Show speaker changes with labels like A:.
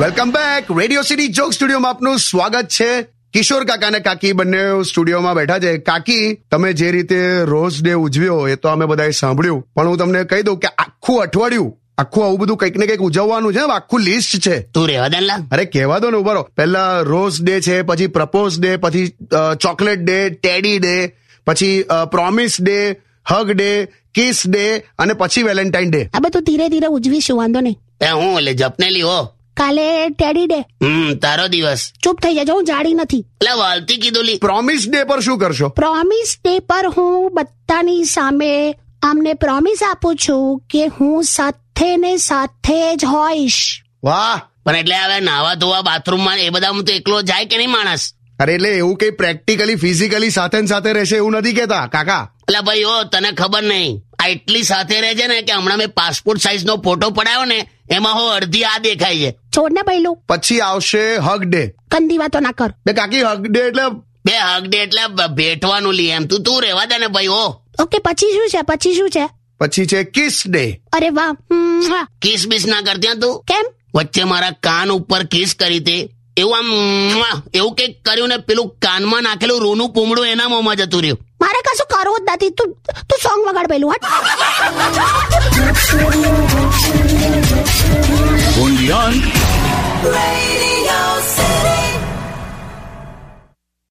A: Welcome back radio city joke સ્ટુડિયોમાં આપનું સ્વાગત છે કિશોર કાકા અને કાકી બંને સ્ટુડિયોમાં બેઠા છે કાકી તમે જે રીતે રોઝ ડે ઉજવ્યો એ તો અમે બધાએ સાંભળ્યું પણ હું તમને કહી દઉં કે આખું અઠવાડિયું આખું આવું બધું કંઈક ને કંઈક ઉજવવાનું છે આખું લિસ્ટ છે
B: તું રેવા દે ને લા
A: અરે કહેવા દો ને ઉભા રહો પહેલા રોઝ ડે છે પછી પ્રપોઝ ડે પછી ચોકલેટ ડે ટેડી ડે પછી promise day hug day kiss day અને પછી વેલેન્ટાઇન ડે
C: આ બધું ધીરે ધીરે ઉજવીશું વાંધો નહીં
B: એ હું એટલે જપનેલી હો
C: કાલે ટેડી ડે
B: હમ તારો દિવસ
C: ચૂપ થઈ જજો હું જાડી નથી
B: એટલે વાલતી કીધું લી
A: પ્રોમિસ ડે પર શું કરશો
C: પ્રોમિસ ડે પર હું બધાની સામે આમને પ્રોમિસ આપું છું કે હું સાથે ને સાથે જ હોઈશ
A: વાહ
B: પણ એટલે હવે નાવા ધોવા બાથરૂમમાં એ બધામાં તો એકલો જાય કે નહીં માણસ
A: અરે એટલે એવું કઈ પ્રેક્ટિકલી ફિઝિકલી સાથે ને સાથે રહેશે એવું નથી કેતા કાકા
B: એટલે ભાઈ હો તને ખબર નહીં આ એટલી સાથે રહેજે ને કે હમણાં મેં પાસપોર્ટ સાઇઝ નો ફોટો પડાયો ને એમાં હો અડધી આ દેખાય છે
C: છોડ ને પહેલું
A: પછી આવશે હગ ડે
C: ગંદી વાતો ના કર
A: બે કાકી હગ ડે એટલે
B: બે હક ડે એટલે બ- ભેટવાનું લી એમ તું તું રહેવા દે ને ભાઈ હો
C: ઓકે પછી શું છે પછી શું છે
A: પછી છે કિસ ડે
C: અરે વાહ હમ, હા.
B: કિસ બિસ ના કરતી હા તું
C: કેમ
B: વચ્ચે મારા કાન ઉપર કિસ કરી તે એવું આમ મ્વા, એવું કંઈક કર્યું ને પેલું કાનમાં નાખેલું રૂનું પૂમડું એના મોંમાં જતું રહ્યું
C: મારે કશું કરવું જ નથી તું તું સોંગ વગાડ પહેલું હટ
D: Radio City.